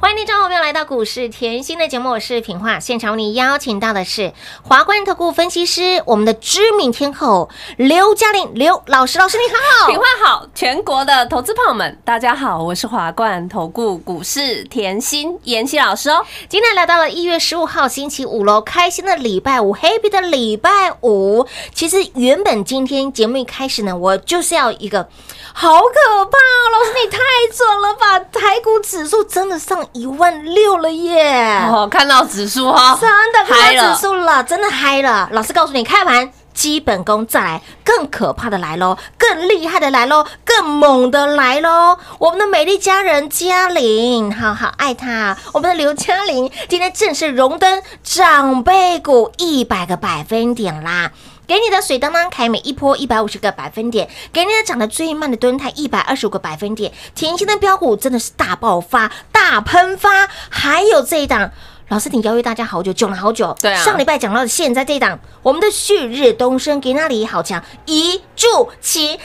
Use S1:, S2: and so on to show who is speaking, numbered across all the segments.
S1: 欢迎听众朋友来到股市甜心的节目，我是品化。现场为你邀请到的是华冠投顾分析师，我们的知名天后刘嘉玲刘老师，老师你好。
S2: 品话好，全国的投资朋友们，大家好，我是华冠投顾股市甜心妍希老师哦。
S1: 今天来到了一月十五号星期五喽，开心的礼拜五，Happy 的礼拜五。其实原本今天节目一开始呢，我就是要一个，好可怕哦，老师你太准了吧！台股指数真的上一万六了耶，
S2: 哦，看到指数哈、哦，
S1: 真的
S2: 嗨
S1: 看到
S2: 了
S1: 指数了，真的嗨了。老师告诉你，开盘。基本功再来，更可怕的来喽，更厉害的来喽，更猛的来喽！我们的美丽佳人嘉玲，好好爱她。我们的刘嘉玲今天正式荣登长辈股一百个百分点啦！给你的水当当凯美一波一百五十个百分点，给你的涨得最慢的蹲泰一百二十五个百分点，甜心的标股真的是大爆发、大喷发，还有这一档。老师，你邀约大家好久，讲了好久。
S2: 对啊
S1: 上礼拜讲到的现在这一档，我们的旭日东升给那里好强，一柱齐天，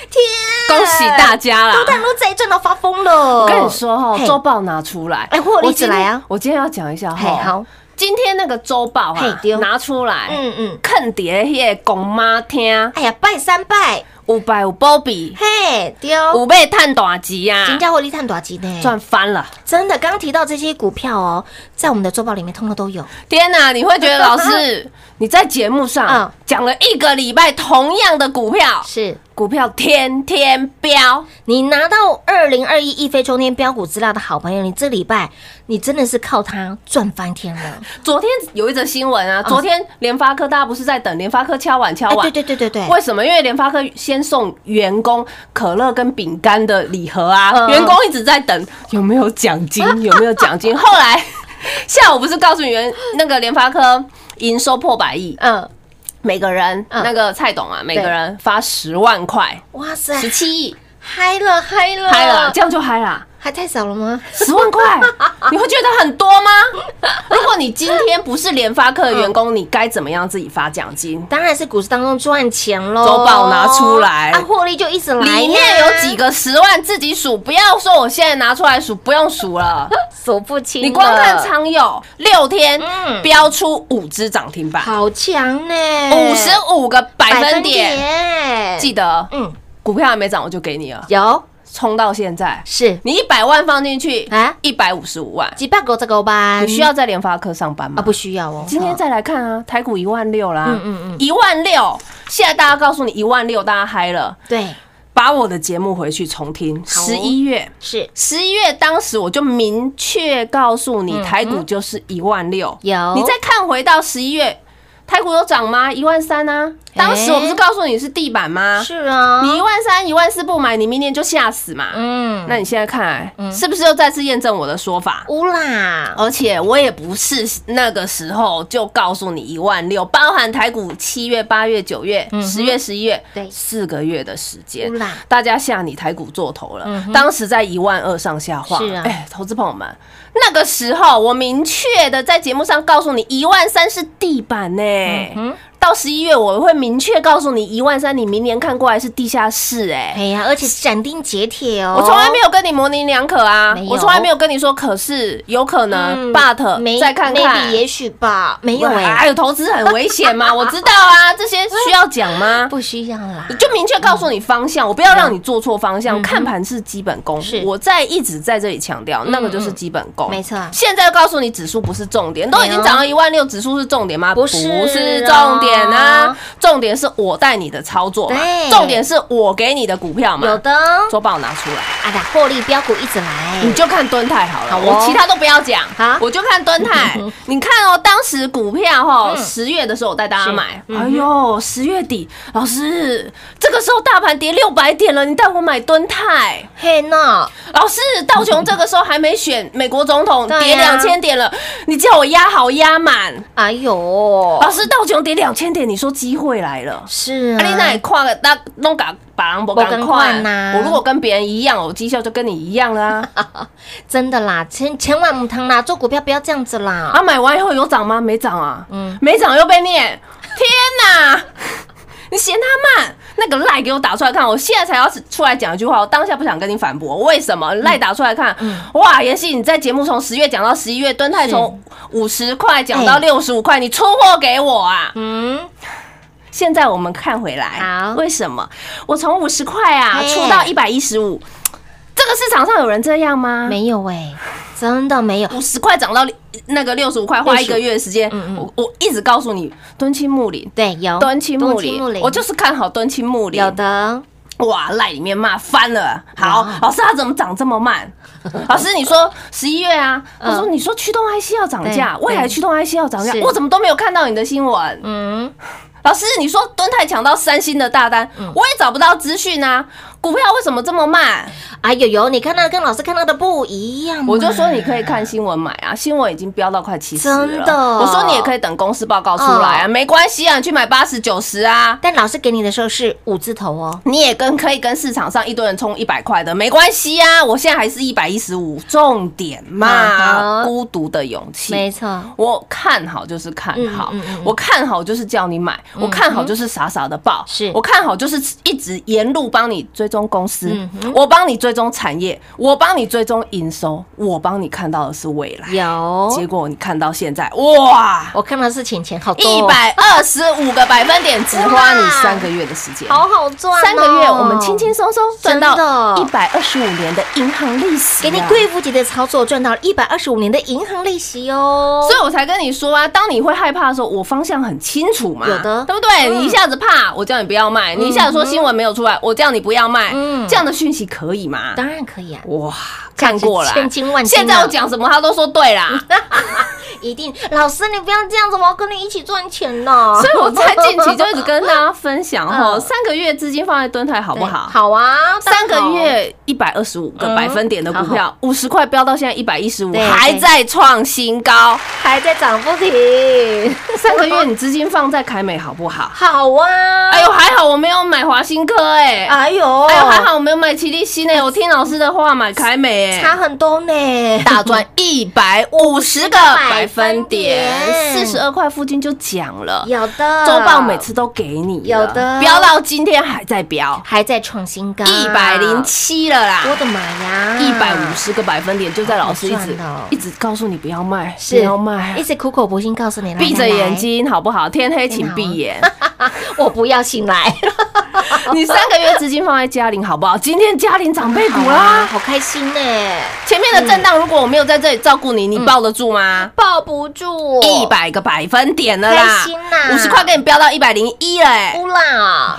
S2: 恭喜大家啦！哦
S1: 都带路贼赚到发疯了。
S2: 我跟你说哈、
S1: 嘿
S2: 周报拿出来，
S1: 哎获利
S2: 我今天
S1: 来啊
S2: 我今天要讲一下
S1: 嘿
S2: 哈、
S1: 好，
S2: 今天那个周报
S1: 嘿
S2: 啊
S1: 对，
S2: 拿出来，
S1: 嗯嗯，
S2: 坑爹迄个公妈听，
S1: 哎呀，拜三拜，
S2: 五百五波比，
S1: 嘿，丢，
S2: 五倍探短集啊，
S1: 金价获利探多少呢？
S2: 赚翻了！
S1: 真的，刚刚提到这些股票哦，在我们的周报里面通通都有。
S2: 天哪，你会觉得老 师你在节目
S1: 嗯
S2: 上讲了一个礼拜同样的股票，
S1: 是
S2: 股票天天飙，
S1: 你拿到二零二一一飞冲天标股资料的好朋友，你这礼拜你真的是靠它赚翻天了。
S2: 昨天有一则新闻啊，昨天联发科大家不是在等联发科敲碗
S1: 嗯
S2: 敲
S1: 哎，对
S2: 碗。
S1: 对对对对，
S2: 为什么？因为联发科先送员工可乐跟饼干的礼盒啊，
S1: 嗯
S2: 员工一直在等有没有奖金， 有没有奖金。后来 下午不是告诉你员那个联发科营收破百亿，
S1: 嗯，
S2: 每个人
S1: 嗯
S2: 那个蔡董啊，每个人发十万块，
S1: 哇塞，
S2: 十七亿，
S1: 嗨了嗨了
S2: 嗨了，这样就嗨啦。
S1: 还太少了吗？
S2: 十万块，你会觉得很多吗？如果你今天不是联发科的员工，你该怎么样自己发奖金？
S1: 当然是股市当中赚钱喽，
S2: 周报拿出来
S1: 啊，获利就一直来呀，
S2: 里面有几个十万自己数，不要说我现在拿出来数，不用数了。
S1: 数不清的，
S2: 你光看长友六天
S1: 嗯
S2: 标出五只涨停板，
S1: 好强呢，
S2: 五十五个百分点，
S1: 点
S2: 记得
S1: 嗯，
S2: 股票还没涨我就给你了，
S1: 有
S2: 冲到现在，
S1: 是
S2: 你一百万放进去
S1: 啊，
S2: 一百五十五万，
S1: 几百个这个吧，
S2: 你需要在联发科上班
S1: 啊？
S2: 吗？
S1: 不需要哦，
S2: 今天再来看啊，台股一万六啦，
S1: 嗯嗯嗯
S2: 一万六，现在大家告诉你一万六，大家嗨了，哦
S1: 对
S2: 把我的节目回去重听，
S1: 好
S2: 十一月。
S1: 是
S2: 十一月当时我就明确告诉你，台股就是一万六。
S1: 有
S2: 你再看回到十一月，台股有涨吗？一万三啊！当时我不是告诉你是地板吗？
S1: 是啊，
S2: 你一万三、一万四不买，你明年就吓死嘛。
S1: 嗯，
S2: 那你现在看来，是不是又再次验证我的说法？
S1: 乌啦，
S2: 而且我也不是那个时候就告诉你一万六，包含台股七月、八月、九月、十月、十一月，
S1: 嗯对
S2: 四个月的时间
S1: 乌啦，
S2: 大家吓你台股做头了，当时在一万二上下晃。
S1: 嗯是啊
S2: 哎，投资朋友们，那个时候我明确的在节目上告诉你，一万三是地板呢、
S1: 嗯
S2: 到十一月，我会明确告诉你，一万三，你明年看过来是地下室哎、
S1: 哎呀，而且斩钉截铁哦，
S2: 我从来没有跟你模棱两可啊
S1: 没，有
S2: 我从来没有跟你说可是有可能
S1: 嗯
S2: ，but 再看
S1: maybe
S2: 看。
S1: 也许吧，没有哎，
S2: 哎呦，投资很危 险吗？我知道啊，这些需要讲吗？
S1: 不需要啦
S2: 你，就明确告诉你方向，我不要让你做错方向。看盘是基本功
S1: 嗯是，嗯
S2: 我在一直在这里强调，那个就是基本功，
S1: 没错
S2: 现在告诉你指数不是重点，都已经
S1: 没有
S2: 涨到一万六，指数是重点吗？
S1: 不是哦
S2: 是重点啊，重点是我带你的操作嘛
S1: 对，
S2: 重点是我给你的股票嘛。
S1: 有的啊，
S2: 周报拿出来。
S1: 那获利标股一直来，
S2: 嗯你就看蹲泰好了，
S1: 好哦
S2: 我其他都不要讲
S1: 好，
S2: 我就看蹲泰。你看哦，当时股票哈、
S1: 嗯
S2: 十月的时候我带大家买，
S1: 哼
S2: 哎呦，十月底，老师，这个时候大盘跌六百点了，你带我买蹲泰，
S1: 嘿那
S2: 老师，道琼这个时候还没选美国总
S1: 嗯
S2: 统，
S1: 对啊
S2: 跌
S1: 呀
S2: 两千点了，你叫我压好压满，
S1: 哎呦
S2: 啊老，师，道琼跌两千点，你说机会来了，
S1: 是
S2: 啊，你那
S1: 啊
S2: 里，跨个那弄个把郎
S1: 嗯
S2: 博
S1: 不同
S2: 赶快
S1: 款呐
S2: 我如果跟别人一样，我绩效就跟你一样啦。
S1: 真的啦，千千万不汤啦，做股票不要这样子啦。
S2: 啊，买完以后有涨吗？没涨啊，
S1: 嗯
S2: 没涨又被念，天哪！ 你嫌他慢，那个赖给我打出来看，我现在才要出来讲一句话，我当下不想跟你反驳，为什
S1: 嗯
S2: 么赖打出来看？哇，妍希，你在节目从十月讲到十一月，敦泰从五十块讲到
S1: 哎
S2: 六十五块，你出货给我啊！
S1: 嗯，
S2: 现在我们看回来，
S1: 好
S2: 为什么我从五十块啊
S1: 嘿
S2: 出到一百一十五？这个市场上有人这样吗？
S1: 没有哎，真的没有。
S2: 五十块涨到那个六十五块，花一个月的时间，
S1: 嗯嗯
S2: 我我一直告诉你，敦亲睦邻，
S1: 对，有
S2: 敦亲睦
S1: 敦亲睦
S2: 邻，我就是看好敦亲睦邻。
S1: 有的，哦
S2: 哇，赖里面骂翻了。好
S1: 哇，
S2: 老师他怎么涨这 么慢？老师你说十一月啊，
S1: 嗯
S2: 我说你说驱动 IC 要涨价，
S1: 对
S2: 未来驱动 IC 要涨价
S1: 是，
S2: 我怎么都没有看到你的新闻？
S1: 嗯，
S2: 老师，你说敦泰抢到三星的大单，我也找不到资讯啊，股票为什么这么慢？
S1: 哎呦呦，你看到的跟老师看到的不一样嘛，
S2: 我就说你可以看新闻买 啊，新闻已经飙到快七十
S1: 真的
S2: 我说你也可以等公司报告出来啊，
S1: 哦
S2: 没关系啊，你去买八十九十啊。
S1: 但老师给你的时候是五字头哦，
S2: 你也跟可以跟市场上一堆人冲一百块的没关系啊，我现在还是一百一十五，重点
S1: 啊
S2: 嘛，
S1: 哈
S2: 孤独的勇气，
S1: 没错，
S2: 我看好就是看好，
S1: 嗯嗯嗯嗯
S2: 我看好就是叫你买，我看好就是傻傻的报，
S1: 是
S2: 我看好就是一直沿路帮你追踪公司，
S1: 嗯
S2: 我帮你追踪产业，我帮你追踪营收，我帮你看到的是未来。结
S1: 有，
S2: 果你看到现在，哦哇，
S1: 我看到是钱钱好多
S2: 一
S1: 哦，
S2: 百二十五个百分点，只花你
S1: 哇
S2: 三个月的时间。
S1: 好好赚哦，
S2: 三个月，我们轻轻松松
S1: 真
S2: 赚到
S1: 的
S2: 一百二十五年的银行利息
S1: 给
S2: 啊，
S1: 你贵妇级的操作赚到一百二十五年的银行利息哦
S2: 所，以我才跟你说啊，当你会害怕的时候，我方向很清楚嘛，
S1: 有的
S2: 对不对？
S1: 嗯
S2: 你一下子怕，我叫你不要卖；你一下子说新闻没有出来，我叫你不要卖。
S1: 嗯
S2: 这样的讯息可以吗？
S1: 当然可以啊，
S2: 哇，看过了，
S1: 千金万金啊
S2: 现在我讲什么他都说对啦，
S1: 一定，老师你不要这样子，我要跟你一起赚钱呢，
S2: 所以我在近期就一直跟大家分 享哦，
S1: 嗯
S2: 三个月资金放在蹲台好不好？
S1: 好啊，当
S2: 三
S1: 然好
S2: 个。月嗯一百二十五个百分点的股票，五十块飙到现在一百一十五，
S1: 对
S2: 还
S1: 对
S2: 在创新高。
S1: 还在涨不停，
S2: 三个月你资金放在凯美好不好？
S1: 好啊！
S2: 哎呦，，还好我没有买华新科哎、
S1: 哎呦，
S2: 哎呦，还好我没有买奇力新哎、我听老师的话买凯美哎、
S1: 差很多呢，
S2: 大赚一百五十个百分点，四
S1: 百分
S2: 十二块附近就讲了。
S1: 有的
S2: 周报每次都给你了，
S1: 有的
S2: 飙到今天还在飙，
S1: 还在创新高，
S2: 一百零，七了啦，
S1: 我的妈呀，
S2: 一百五十个百分点就在老师一
S1: 好
S2: 直
S1: 赚哦
S2: 一直告诉你不要卖，不
S1: 是
S2: 要卖
S1: 一，直苦口婆心告诉你，来
S2: 哎闭着眼，
S1: 来
S2: 睛好不好？天黑请闭眼。
S1: 来我不要醒来，
S2: 你三个月资金放在嘉玲好不好？今天嘉玲长辈股
S1: 好啊，
S2: 啦，
S1: 好开心呢，
S2: 前面的震荡如果我没有在这里照顾你，你抱得住吗？
S1: 抱嗯不住，
S2: 一，百个百分点了啦
S1: 开心啊呐，
S2: 五十块给你飙到一百零一了哎，
S1: 乌啦，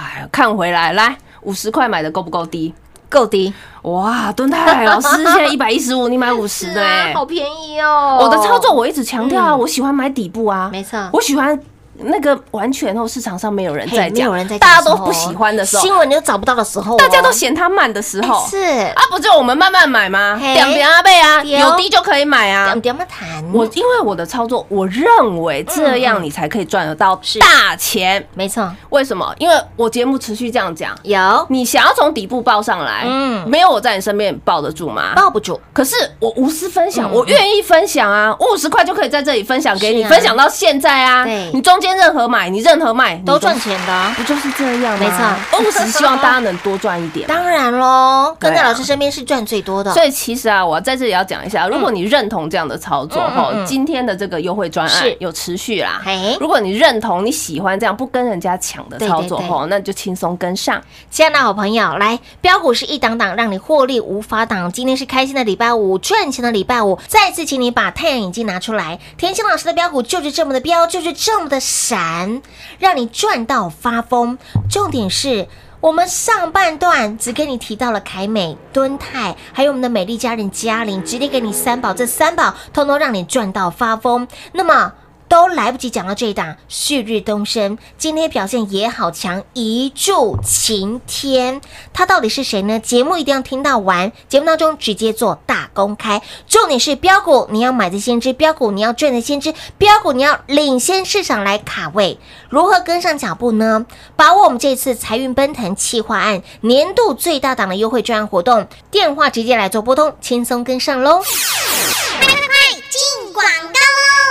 S2: 哎呀看回来来五十块买的够不够低？
S1: 够低，
S2: 哇，敦泰老师现在一百一十五，你买五十
S1: 是
S2: 的
S1: 啊
S2: 哎，，
S1: 好便宜哦，
S2: 我的操作我一直强调啊，
S1: 嗯
S2: 我喜欢买底部啊，
S1: 没错
S2: 我喜欢。那个完全后市场上没有人
S1: 嗯嘿
S2: 在
S1: 没有
S2: 讲
S1: 人在，讲
S2: 大家
S1: 的时
S2: 都
S1: 候
S2: 不喜欢的时候，
S1: 新闻你都找不到的时候哦，
S2: 大家都嫌它慢的时候
S1: 哎，是
S2: 啊，不就我们慢慢买吗？
S1: 嘿
S2: 两点阿贝啊，
S1: 对
S2: 有低就可以买啊
S1: 你。点么谈，
S2: 我因为我的操作，我认为这样你才可以赚得
S1: 嗯
S2: 到大钱。
S1: 没错，
S2: 为什么？因为我节目持续这样讲，
S1: 有
S2: 你想要从底部抱上来，
S1: 嗯
S2: 没有我在你身边，你抱得住吗？
S1: 抱不住，
S2: 可是我无私分享，
S1: 嗯
S2: 我愿意分享啊，我五十块就可以在这里分享给你，
S1: 是啊
S2: 分享到现在啊
S1: 对。
S2: 你中间任何买，你任何卖
S1: 都赚，钱的哦。
S2: 你都不就是这样吗？
S1: 没错
S2: 我只是希望大家能多赚一点 嘛。
S1: 当然喽，跟在
S2: 对啊
S1: 老师身边是赚最多的。
S2: 所以其实啊，我在这里要讲一下，如果你认同这样的操作
S1: 嗯嗯嗯
S2: 哈
S1: 嗯，
S2: 今天的这个优惠专案
S1: 是
S2: 有持续啦
S1: 嘿。
S2: 如果你认同你喜欢这样不跟人家抢的操作
S1: 对对对
S2: 哈，那你就轻松跟上。
S1: 亲爱的好朋友，来标股是一档档，让你获利无法挡。今天是开心的礼拜五，赚钱的礼拜五。再次请你把太阳眼镜拿出来，田心老师的标股就是这么的标，就是这么的闪，让你赚到发疯。重点是。我们上半段只给你提到了凯美、敦泰，还有我们的美丽佳人嘉玲，直接给你三宝，这三宝通通让你赚到发疯。那么都来不及讲到这一档旭日东升，今天表现也好强，一柱擎天。他到底是谁呢？节目一定要听到完，节目当中直接做大公开。重点是标股你要买的先知，标股你要赚的先知，标股你要领先市场来卡位。如何跟上脚步呢？把握我们这次财运奔腾企划案年度最大档的优惠专案活动，电话直接来做拨通，轻松跟上喽。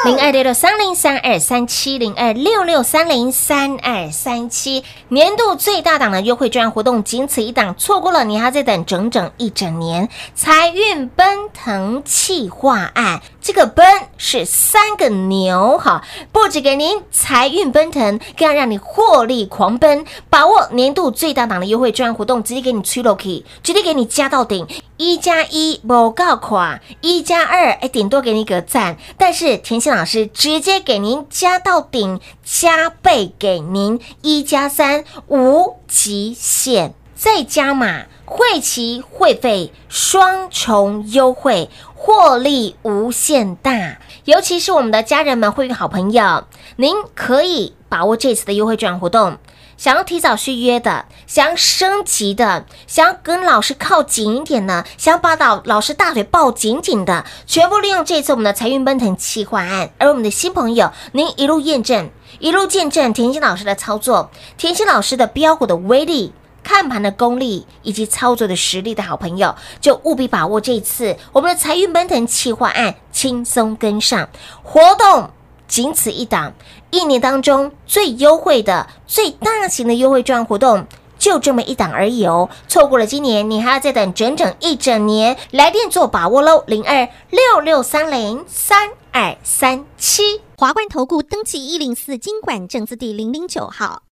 S1: 零二六六三零三二三七零二六六三零三二三七，年度最大档的优惠券活动，仅此一档，错过了你还在等整整一整年。财运奔腾气化案，这个奔是三个牛哈，不止给您财运奔腾，更要让你获利狂奔，把握年度最大档的优惠券活动，直接给你吹 l o k 直接给你加到顶。一加一不够垮，一加二哎，顶多给你一个赞。但是甜心老师直接给您加到顶，加倍给您一加三无极限，再加码会期会费双重优惠，获利无限大。尤其是我们的家人们、会员好朋友，您可以把握这次的优惠券活动。想要提早续约的，想要升级的，想要跟老师靠紧一点的，想要把老老师大腿抱紧紧的，全部利用这次我们的财运奔腾企划案。而我们的新朋友，您一路验证，一路见证甜心老师的操作，甜心老师的标股的威力。看盘的功力以及操作的实力的好朋友，就务必把握这次我们的财运奔腾企划案，轻松跟上活动。仅此一档，一年当中最优惠的、最大型的优惠券活动，就这么一档而已哦。错过了今年，你还要再等整整一整年。来电做把握喽，零二六六三零三二三七。
S3: 华冠投顾登记一零四经管证字第零零九号，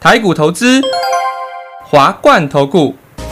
S4: 台股投资，华冠投顾。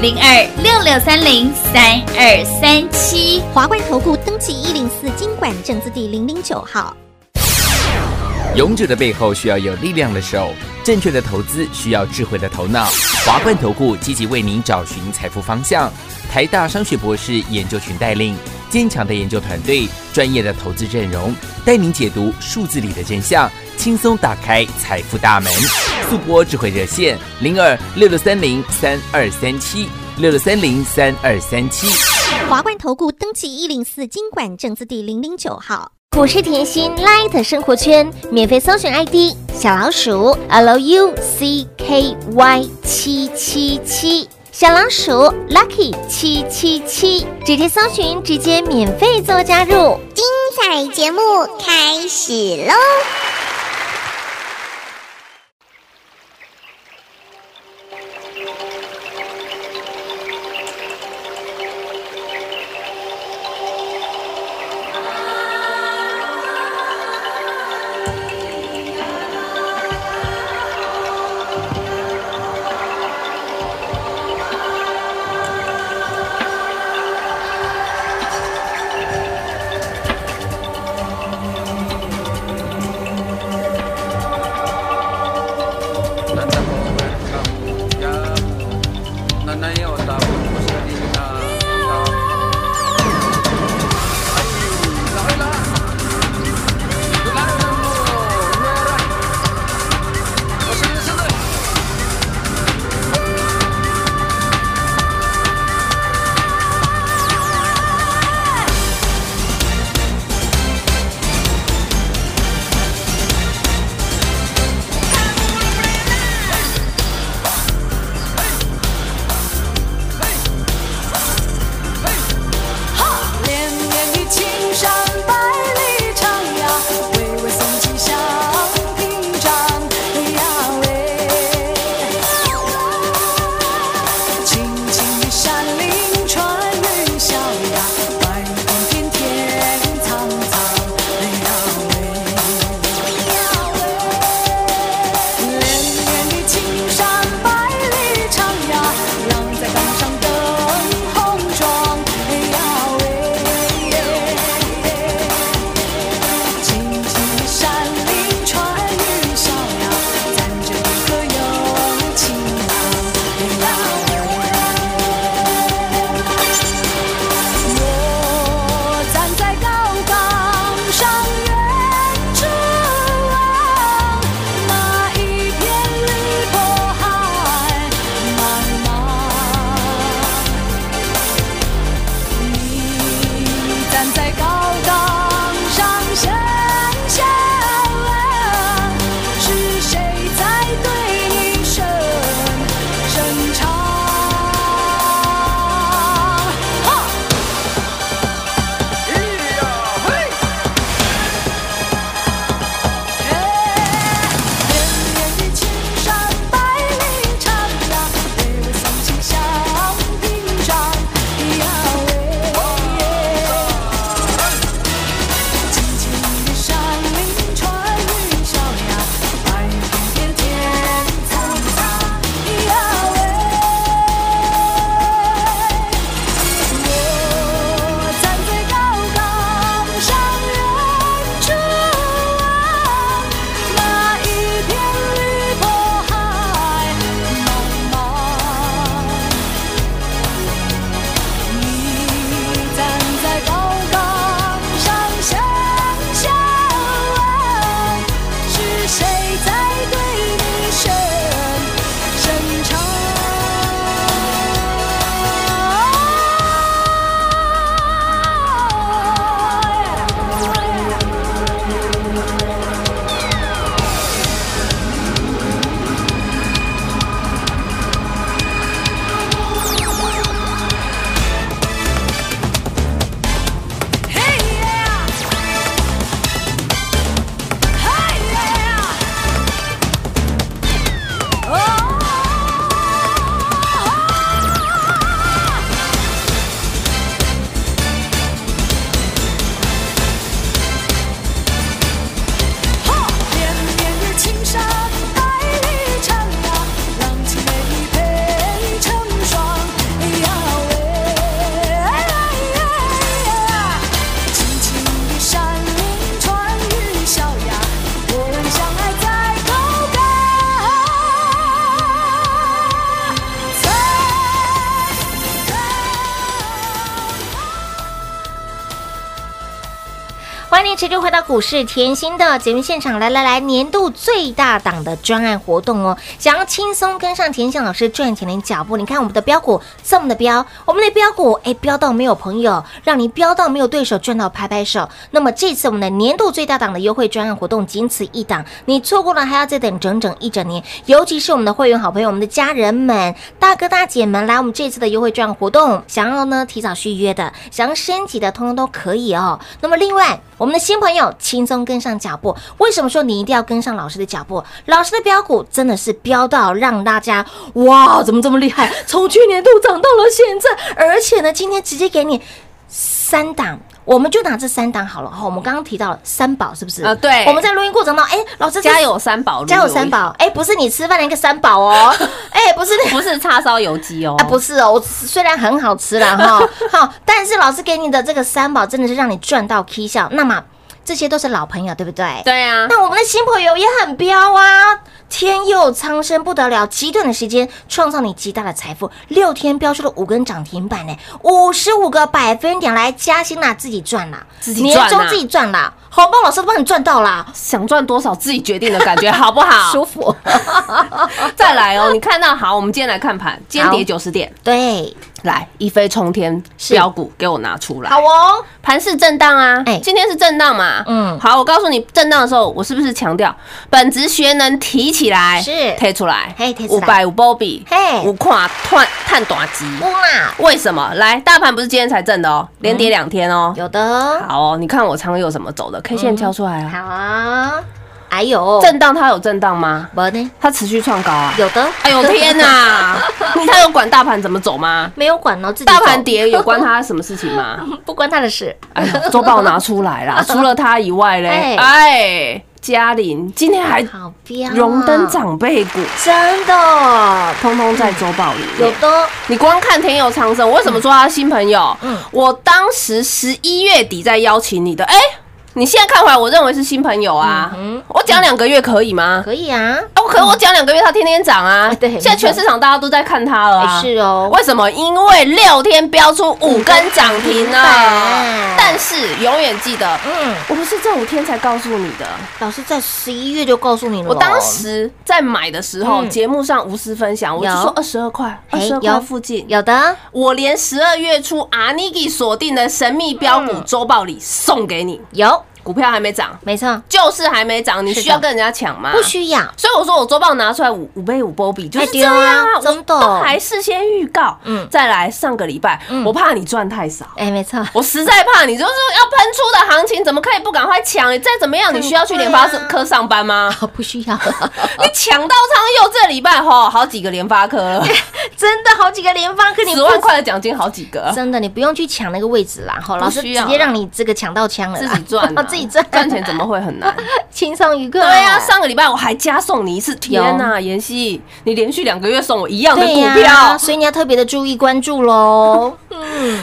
S5: 零二六六三零三二三七。
S3: 华冠投顾登记一零四经管证字第零零九号，
S6: 勇者的背后需要有力量的手，正确的投资需要智慧的头脑。华冠投顾积极为您找寻财富方向。台大商学博士研究群带领，坚强的研究团队，专业的投资阵容，带您解读数字里的真相，轻松打开财富大门。速播智慧热线零二六六三零三二三七六六三零三二三七。
S3: 华冠投顾登记一零四经管证字第零零九号，
S1: 我是甜心 Light 生活圈，免费搜寻 ID 小老鼠 Lucky 七七七，小老鼠 Lucky 七七七，直接搜寻，直接免费做加入。
S7: 彩节目开始喽！
S1: 欢迎您持续回到股市甜心的节目现场，来来来，年度最大档的专案活动哦！想要轻松跟上甜心老师赚钱的脚步，你看我们的标股这么的标，我们的标股哎标到没有朋友，让你标到没有对手，赚到拍拍手。那么这次我们的年度最大档的优惠专案活动仅此一档，你错过了还要再等整整一整年。尤其是我们的会员好朋友、我们的家人们、大哥大姐们，来我们这次的优惠专案活动，想要呢提早续约的，想要升级的，通通都可以哦。那么另外，我们的新朋友轻松跟上脚步。为什么说你一定要跟上老师的脚步？老师的标股真的是标到让大家哇，怎么这么厉害？ 从去年度涨到了现在，而且呢，今天直接给你三档。我们就拿这三档好了哦哈，我们刚刚提到了三宝是不是？
S2: 啊对
S1: 我们在录音过程当中，哎，老师
S2: 家有三宝，
S1: 家有三，宝，哎，不是你吃饭的一个三宝 哦，哎，不是那
S2: 不是叉烧油鸡哦，
S1: 啊，不是哦，我虽然很好吃啦 哈，好，但是老师给你的这个三宝真的是让你赚到 K 笑，那么这些都是老朋友，对不对？
S2: 对啊，
S1: 那我们的新朋友也很彪啊！天佑苍生不得了，极短的时间创造你极大的财富，六天飙出了五根涨停板呢，五十五个百分点来加薪啦，自己赚啦，
S2: 自己赚啦
S1: 年终自己赚啦，红包老师都帮你赚到啦，
S2: 想赚多少自己决定的感 觉好不好？
S1: 舒服。
S2: 再来哦，你看到好，我们今天来看盘，今天
S1: 好
S2: 跌九十点，
S1: 对，
S2: 来一飞冲天
S1: 是
S2: 标股给我拿出来
S1: 好。哦，
S2: 盘是震荡啊，
S1: 哎
S2: 今天是震荡嘛，
S1: 嗯
S2: 好，我告诉你，震荡的时候，我是不是强调本职学能提起来，
S1: 是
S2: 推出来，
S1: 嘿提出
S2: 哎五
S1: 来
S2: 百五波比，
S1: 嘿
S2: 五跨探探短机，
S1: 哇，
S2: 为什么？来，大盘不是今天才震的哦，连跌两天哦，
S1: 有的，
S2: 好哦，你看我常有怎么走的，K 线敲出来啊，
S1: 好啊，哎呦，
S2: 震荡它有震荡吗？
S1: 么呢？
S2: 它持续创高啊，
S1: 有的，
S2: 哎呦天哪， 你他有管大盘怎么走吗？
S1: 没有管哦，自己
S2: 大盘
S1: 走
S2: 跌有关他什么事情吗？
S1: 不关他的事，
S2: 哎呦，周报拿出来 啦，除了他以外嘞，哎，嘉玲今天还
S1: 好彪啊，
S2: 荣登长辈股，
S1: 真的
S2: 通通在周报里
S1: 有
S2: 面。
S1: 的，
S2: 你光看天佑长生，我为什么说他新朋友？我当时十一月底在邀请你的，哎，你现在看回来，我认为是新朋友啊。我讲两个月可以吗？
S1: 可以啊，
S2: 哦，可我讲两个月，它天天涨啊
S1: 哎。对
S2: 现在全市场大家都在看它了啊。
S1: 哎是哦
S2: 为什么？因为六天飙出五根涨停啊
S1: 板！
S2: 但是永远记得，
S1: 嗯，
S2: 我不是这五天才告诉你的，
S1: 老师在十一月就告诉你了哦，
S2: 我当时在买的时候，
S1: 嗯
S2: 节目上无私分享，我就
S1: 有
S2: 说二十二块，二
S1: 哎
S2: 十二
S1: 有
S2: 块附近。
S1: 有的
S2: 我连十二月初阿尼基锁定的神秘标
S1: 嗯
S2: 股周报里送给你，
S1: 有，
S2: 股票还没涨，
S1: 没错，
S2: 就是还没涨，你
S1: 是的
S2: 需要跟人家抢吗？
S1: 不需要，
S2: 所以我说我周报拿出来五五倍五波比就是这样
S1: 哎对啊
S2: 啊，我
S1: 真的
S2: 都还事先预告。
S1: 嗯
S2: 再来上个礼拜，我怕你赚太少。
S1: 哎，没错，
S2: 我实在怕你，就是要喷出的行情，怎么可以不赶快抢？你再怎么样，你需要去联发科上班 吗？
S1: 好不需要，
S2: 你抢到仓又这礼拜吼，好几个联发科 了，
S1: 真的好几个联发科，你
S2: 十万块的奖金好几个
S1: 不。，真的你不用去抢那个位置啦，哈，老师
S2: 不需
S1: 直
S2: 要
S1: 接让你这个抢到枪了
S2: 自
S1: 啦，
S2: 己赚啊
S1: ，自己赚，
S2: 赚钱怎么会很难？
S1: 轻松愉快？
S2: 对啊，上个礼拜我还加送你一次，天哪，妍希，你连续两个月送我一样的
S1: 对
S2: 股
S1: 呀
S2: 票，
S1: 所以你要特别的注意关注喽。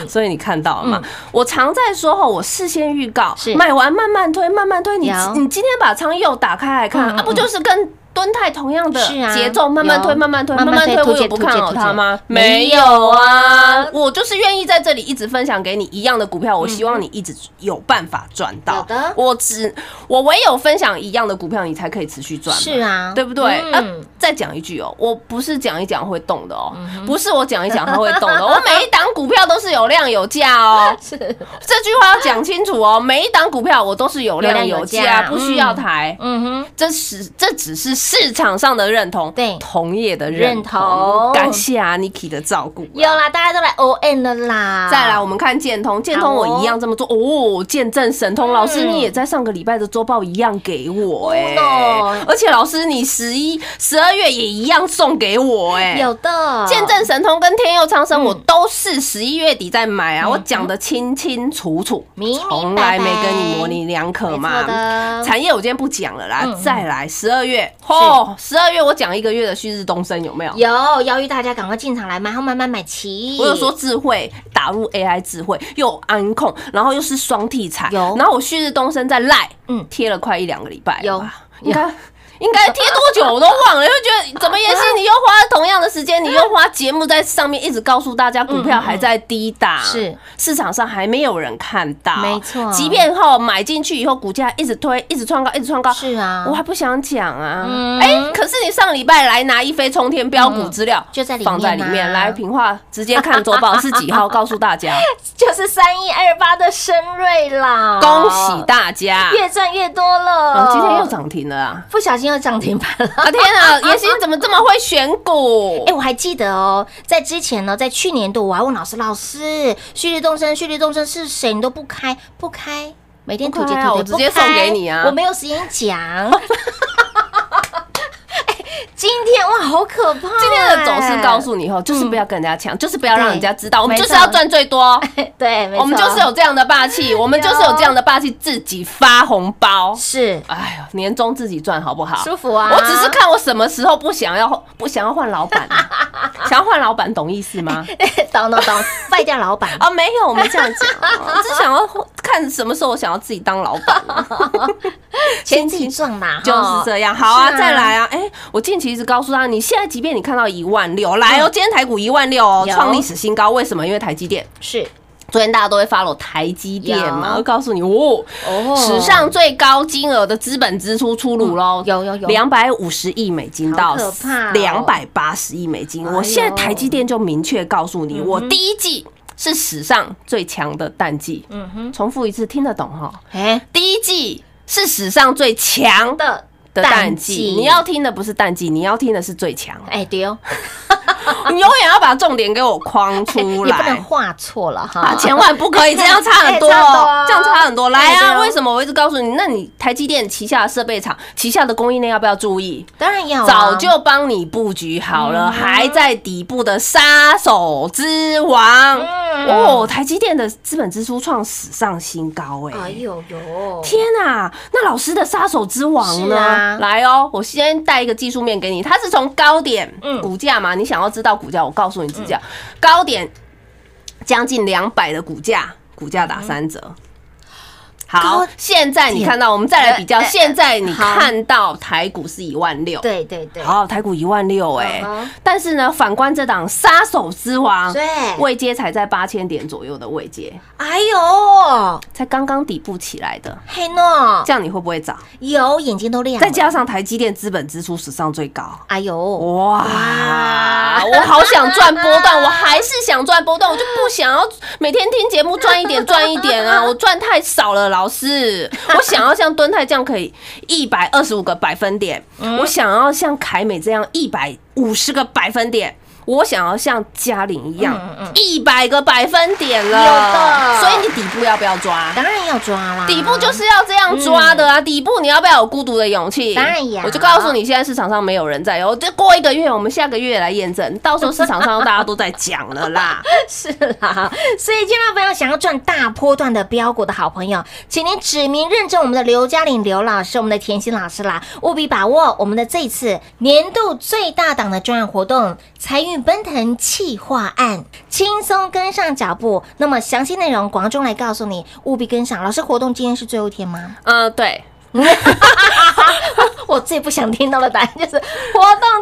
S2: 所以你看到了吗？我常在说吼，我事先预告
S1: 嗯是，
S2: 买完慢慢推，慢慢推。你
S1: 有
S2: 你今天把仓又打开来看，
S1: 嗯嗯
S2: 啊，不就是跟蹲泰同样的
S1: 是啊
S2: 节奏，慢慢推，
S1: 有
S2: 慢慢推，
S1: 慢
S2: 慢
S1: 慢
S2: 慢
S1: 推
S2: 推。
S1: 突
S2: 我
S1: 厥
S2: 有不
S1: 突厥
S2: 看好
S1: 突厥
S2: 它吗？
S1: 没
S2: 没
S1: 有
S2: 有
S1: 啊
S2: 啊，我就是愿意在这里一直分享给你一样的股票，我希望你一直有办法赚
S1: 有
S2: 到
S1: 的。
S2: 我只我唯有分享一样的股票，你才可以持续赚嘛。
S1: 是啊，
S2: 对不对？
S1: 嗯
S2: 啊，再讲一句哦，我不是讲一讲会动的哦，不是我讲一讲它会动的， 我每一档股票都是有量有价哦。 是这句话要讲清楚哦，每一档股票我都是有量有
S1: 有量有
S2: 价，
S1: 价
S2: 不需要抬。
S1: 嗯哼，
S2: 这是这只是市场上的认同，
S1: 对
S2: 同业的
S1: 认
S2: 认同。
S1: 同
S2: 感谢啊 Niki 的照顾啊、
S1: 有啦，大家都来 O N 了啦。
S2: 再来，我们看建通，建通
S1: 好哦
S2: 我一样这么做哦。见证神通老师，你也在上个礼拜的周报一样给我哎、
S1: 哦
S2: 而且老师你十一、十二月也一样送给我哎、
S1: 有啊嗯的
S2: 见证神通跟天佑苍生，我都是十一月底在买啊，我讲的清清楚楚，
S1: 嗯明明白白
S2: 从来没跟你模棱两可
S1: 没错
S2: 嘛
S1: 的。
S2: 产业我今天不讲了啦
S1: 嗯，
S2: 再来十二月哦，十二月我讲一个月的旭日东升有没有？
S1: 有邀约大家赶快进场来买，然后慢慢买齐。
S2: 我有说智慧打入 AI 智慧，又有安控，然后又是双替彩，
S1: 有
S2: 然后我旭日东升在赖，
S1: 嗯
S2: 嗯，贴了快一两个礼拜了吧，
S1: 有
S2: 你看。应该贴多久我都忘了，就觉得怎么妍希你又花了同样的时间，你又花节目在上面一直告诉大家股票还在低档，
S1: 嗯是
S2: 市场上还没有人看到，
S1: 没错
S2: 即便后买进去以后，股价一直推，一直创高，一直创高，
S1: 是啊
S2: 我还不想讲啊
S1: 嗯，
S2: 哎，可是你上礼拜来拿一飞冲天标股资料
S1: 就在里面啊
S2: 放在里面，来平话直接看周报是几号，告诉大 家，
S1: 就是三一二八的深瑞啦，
S2: 恭喜大家，
S1: 越赚越多了
S2: 哦，，今天又，涨停了啊！
S1: 不小心又涨停板了。
S2: 啊天啊，妍希你怎么这么会选股？
S1: 哎、我还记得哦，在之前呢，在去年度我还问老师，老师蓄力动身，蓄力动身是谁？你都不开，不开，每天
S2: 不
S1: 吐
S2: 开
S1: 节
S2: 啊
S1: 吐
S2: 我
S1: 节，
S2: 直
S1: 不
S2: 接送
S1: 开
S2: 给你啊
S1: 我没有时间讲。哎今天哇，好可怕、
S2: 今天的走势告
S1: 我，
S2: 诉你后，就是不要跟人家抢，就是不要让人家知道，
S1: 对
S2: 我们就是
S1: 没错
S2: 要赚最多，
S1: 哎对，没错
S2: 我们就是有这样的霸 气，我们就是有这样的霸气，自己发红包。
S1: 是
S2: 哎呦，年终自己赚好不好？
S1: 舒服啊。
S2: 我只是看我什么时候不想要不想要换老板啊， 想要换老板，懂意思吗？
S1: 看，懂懂懂，败掉老 板。
S2: 啊，没有，我没这样讲， 我只想要看什么时候我想要自己当老板啊。
S1: 前几撞啦，
S2: 就是
S1: 哈
S2: 这样。好啊，
S1: 是啊
S2: 再来啊！哎、我近期一直告诉他，你现在即便你看到一万六，来哦，今天台股一万六哦，
S1: 有
S2: 创历史新高。为什么？因为台积电。
S1: 是
S2: 昨天大家都会 follow 台积电嘛，
S1: 有
S2: 我告诉你哦，
S1: 哦
S2: 史上最高金额的资本支出出炉喽、
S1: 嗯有有有
S2: 两百五十亿美金
S1: 好
S2: 到
S1: 可怕哦
S2: 两百八十亿美金。
S1: 哎呦嗯
S2: 我现在台积电就明确告诉你，我第一季是史上最强的淡季。
S1: 嗯哼，
S2: 重复一次，听得懂哈？
S1: 哎、
S2: 第一季是史上最强的。
S1: 的
S2: 的淡季，你要
S1: 哎
S2: 听的不是淡季，你要听的是最 强。
S1: 对哦，
S2: 你永远要把重点给我框出
S1: 你不能
S2: 来。
S1: 画错了哈，
S2: 啊，千万不可以，这样差很多，
S1: 哎差很多啊
S2: 这样差很多。来
S1: 哎对
S2: 啊，
S1: 哦
S2: 为什么我一直告诉你？那你台积电旗下的设备厂、旗下的供应链要不要注意？
S1: 当然要啊、
S2: 早就帮你布局好
S1: 嗯
S2: 了，还在底部的杀手之王
S1: 嗯
S2: 哦，台积电的资本支出创史上新高哎，
S1: 哎呦呦，
S2: 天啊，那老师的杀手之王
S1: 是
S2: 呢？
S1: 啊
S2: 来哦，我先带一个技术面给你，它是从高点，
S1: 嗯
S2: 股价嘛，你想要知道股价，我告诉你指价，高点将近两百的股价，股价打三折。好
S1: 嗯高，
S2: 现在你看到，我们再来比较。
S1: 呃呃
S2: 现在你
S1: 好
S2: 看到台股是一万六，
S1: 对对对，
S2: 好，台股一万六，哎
S1: 嗯哼，
S2: 但是呢，反观这档杀手之王，
S1: 对
S2: 位阶才在八千点左右的位阶，
S1: 哎呦，
S2: 才刚刚底部起来的，
S1: 嘿诺
S2: 这，样你会不会涨？
S1: 有眼睛都亮了，
S2: 再加上台积电资本支出史上最高，
S1: 哎
S2: 哦
S1: 呦，
S2: 哇！我好想赚波段，我还是想赚波段，我就不想要每天听节目赚一点赚一 点啊！我赚太少了，老师，我想要像敦泰这样可以一百二十五个百分点，
S1: 嗯
S2: 我想要像凯美这样一百五十个百分点。我想要像嘉玲一样，一百个百分点了，
S1: 嗯有的
S2: 所以你底部要不要抓？
S1: 当然要抓啦，
S2: 底部就是要这样抓的啊！底部你要不要有孤独的勇气？
S1: 嗯当然要
S2: 我就告诉你，现在市场上没有人在有，哦这过一个月，我们下个月来验证，到时候市场上大家都在讲了 啦。
S1: 是啦， 所以千万不要想要赚大波段的标股的好朋友，请您指名认证我们的刘嘉玲刘老师，我们的甜心老师啦，务必把握我们的这一次年度最大档的专案活动——财运奔腾企划案，轻松跟上脚步。那么详细内容，广中来告诉你，务必跟上。老师，活动今天是最后一天吗？
S2: 嗯，对，
S1: 我最不想听到的答案就是活动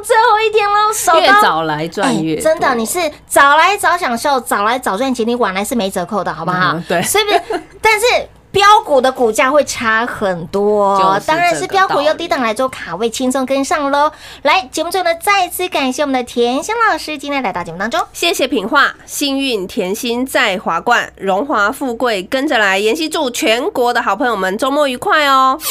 S1: 最后一天喽，手
S2: 越
S1: 刀
S2: 早来赚越
S1: 哎
S2: 多
S1: 真的，你是早来早享受，早来早赚钱，你晚来是没折扣的，好不好？
S2: 嗯对
S1: 是不是？ 但是。标股的股价会差很多，
S2: 就是
S1: 当然
S2: 这
S1: 是
S2: 个
S1: 标股
S2: 道理
S1: 由低档来做卡位，轻松跟上喽。来，节目最后呢，再次感谢我们的甜心老师今天来到节目当中。
S2: 谢谢品画，幸运甜心在华冠，荣华富贵跟着来。妍希祝全国的好朋友们周末愉快哦。
S7: 进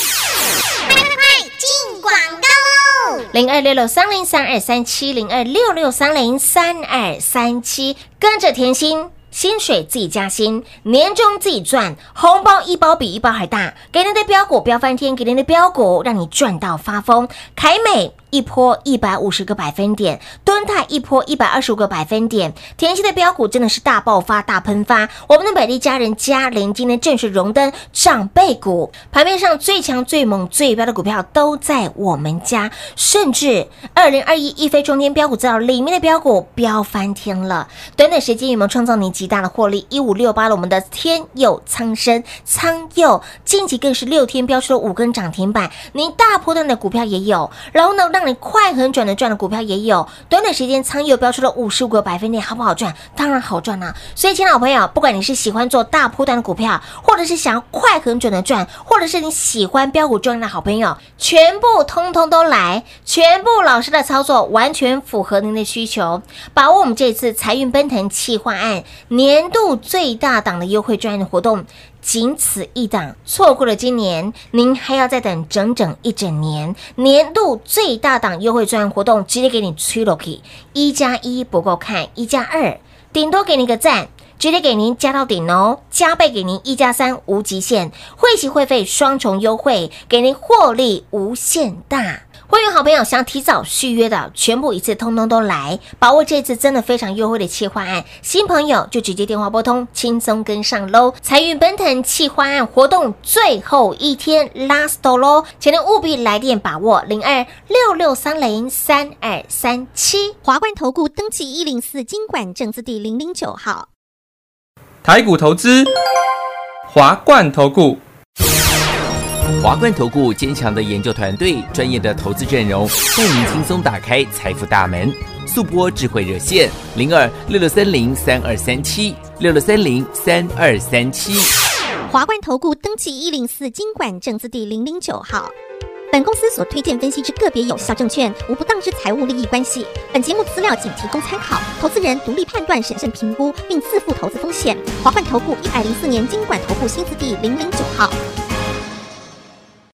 S7: 广告喽！
S1: 零二六六三零三二三七零二六六三零三二三七，跟着甜心。薪水自己加薪，年终自己赚，红包一包比一包还大，给您的标股飙翻天，给您的标股让你赚到发疯。凯美、一波一百五十个百分点，敦泰一波一百二十五个百分点，甜心的标股真的是大爆发、大喷发。我们的美丽家人嘉玲今天正式荣登长辈股，盘面上最强、最猛、最标的股票都在我们家，甚至二零二一一飞冲天标股资料里面的标股飙翻天了。短短时间有没有创造你极大的获利？一五六八了，我们的天佑苍生、苍佑，近期更是六天飙出了五根涨停板，您大波段的股票也有，然后呢，让你快很准的赚的股票也有。短短时间，苍佑飙出了五十五个百分点，好不好赚？当然好赚啦、啊所以，亲爱的朋友，不管你是喜欢做大波段的股票，或者是想要快很准的赚，或者是你喜欢标股赚的好朋友，全部通通都来，全部老师的操作完全符合您的需求，把握我们这次财运奔腾企划案年度最大档的优惠专案活动。仅此一档，错过了今年，您还要再等整整一整年。年度最大档优惠专案活动直接给你吹 l o k 一加一不够看，一加二顶多给你个赞。直接给您加到顶哦，加倍给您一加三无极限，会籍会费双重优惠，给您获利无限大。会员好朋友想提早续约的，全部一次通通都来，把握这次真的非常优惠的企划案。新朋友就直接电话拨通，轻松跟上喽！财运奔腾企划案活动最后一天，last 喽，请您务必来电把握零二六六三零三二三七。
S3: 华冠投顾登记一零四经管证字第零零九号。
S4: 台股投资，华冠投顾。
S6: 华冠投顾坚强的研究团队，专业的投资阵容，带您轻松打开财富大门。速播智慧热线零二六六三零三二三七六六三零三二三七。
S3: 华冠投顾登记一零四经管证字第零零九号。本公司所推荐分析之个别有效证券，无不当之财务利益关系。本节目资料仅提供参考，投资人独立判断、审慎评估，并自负投资风险。华冠投顾一百零四年经管投顾新字第零零九号。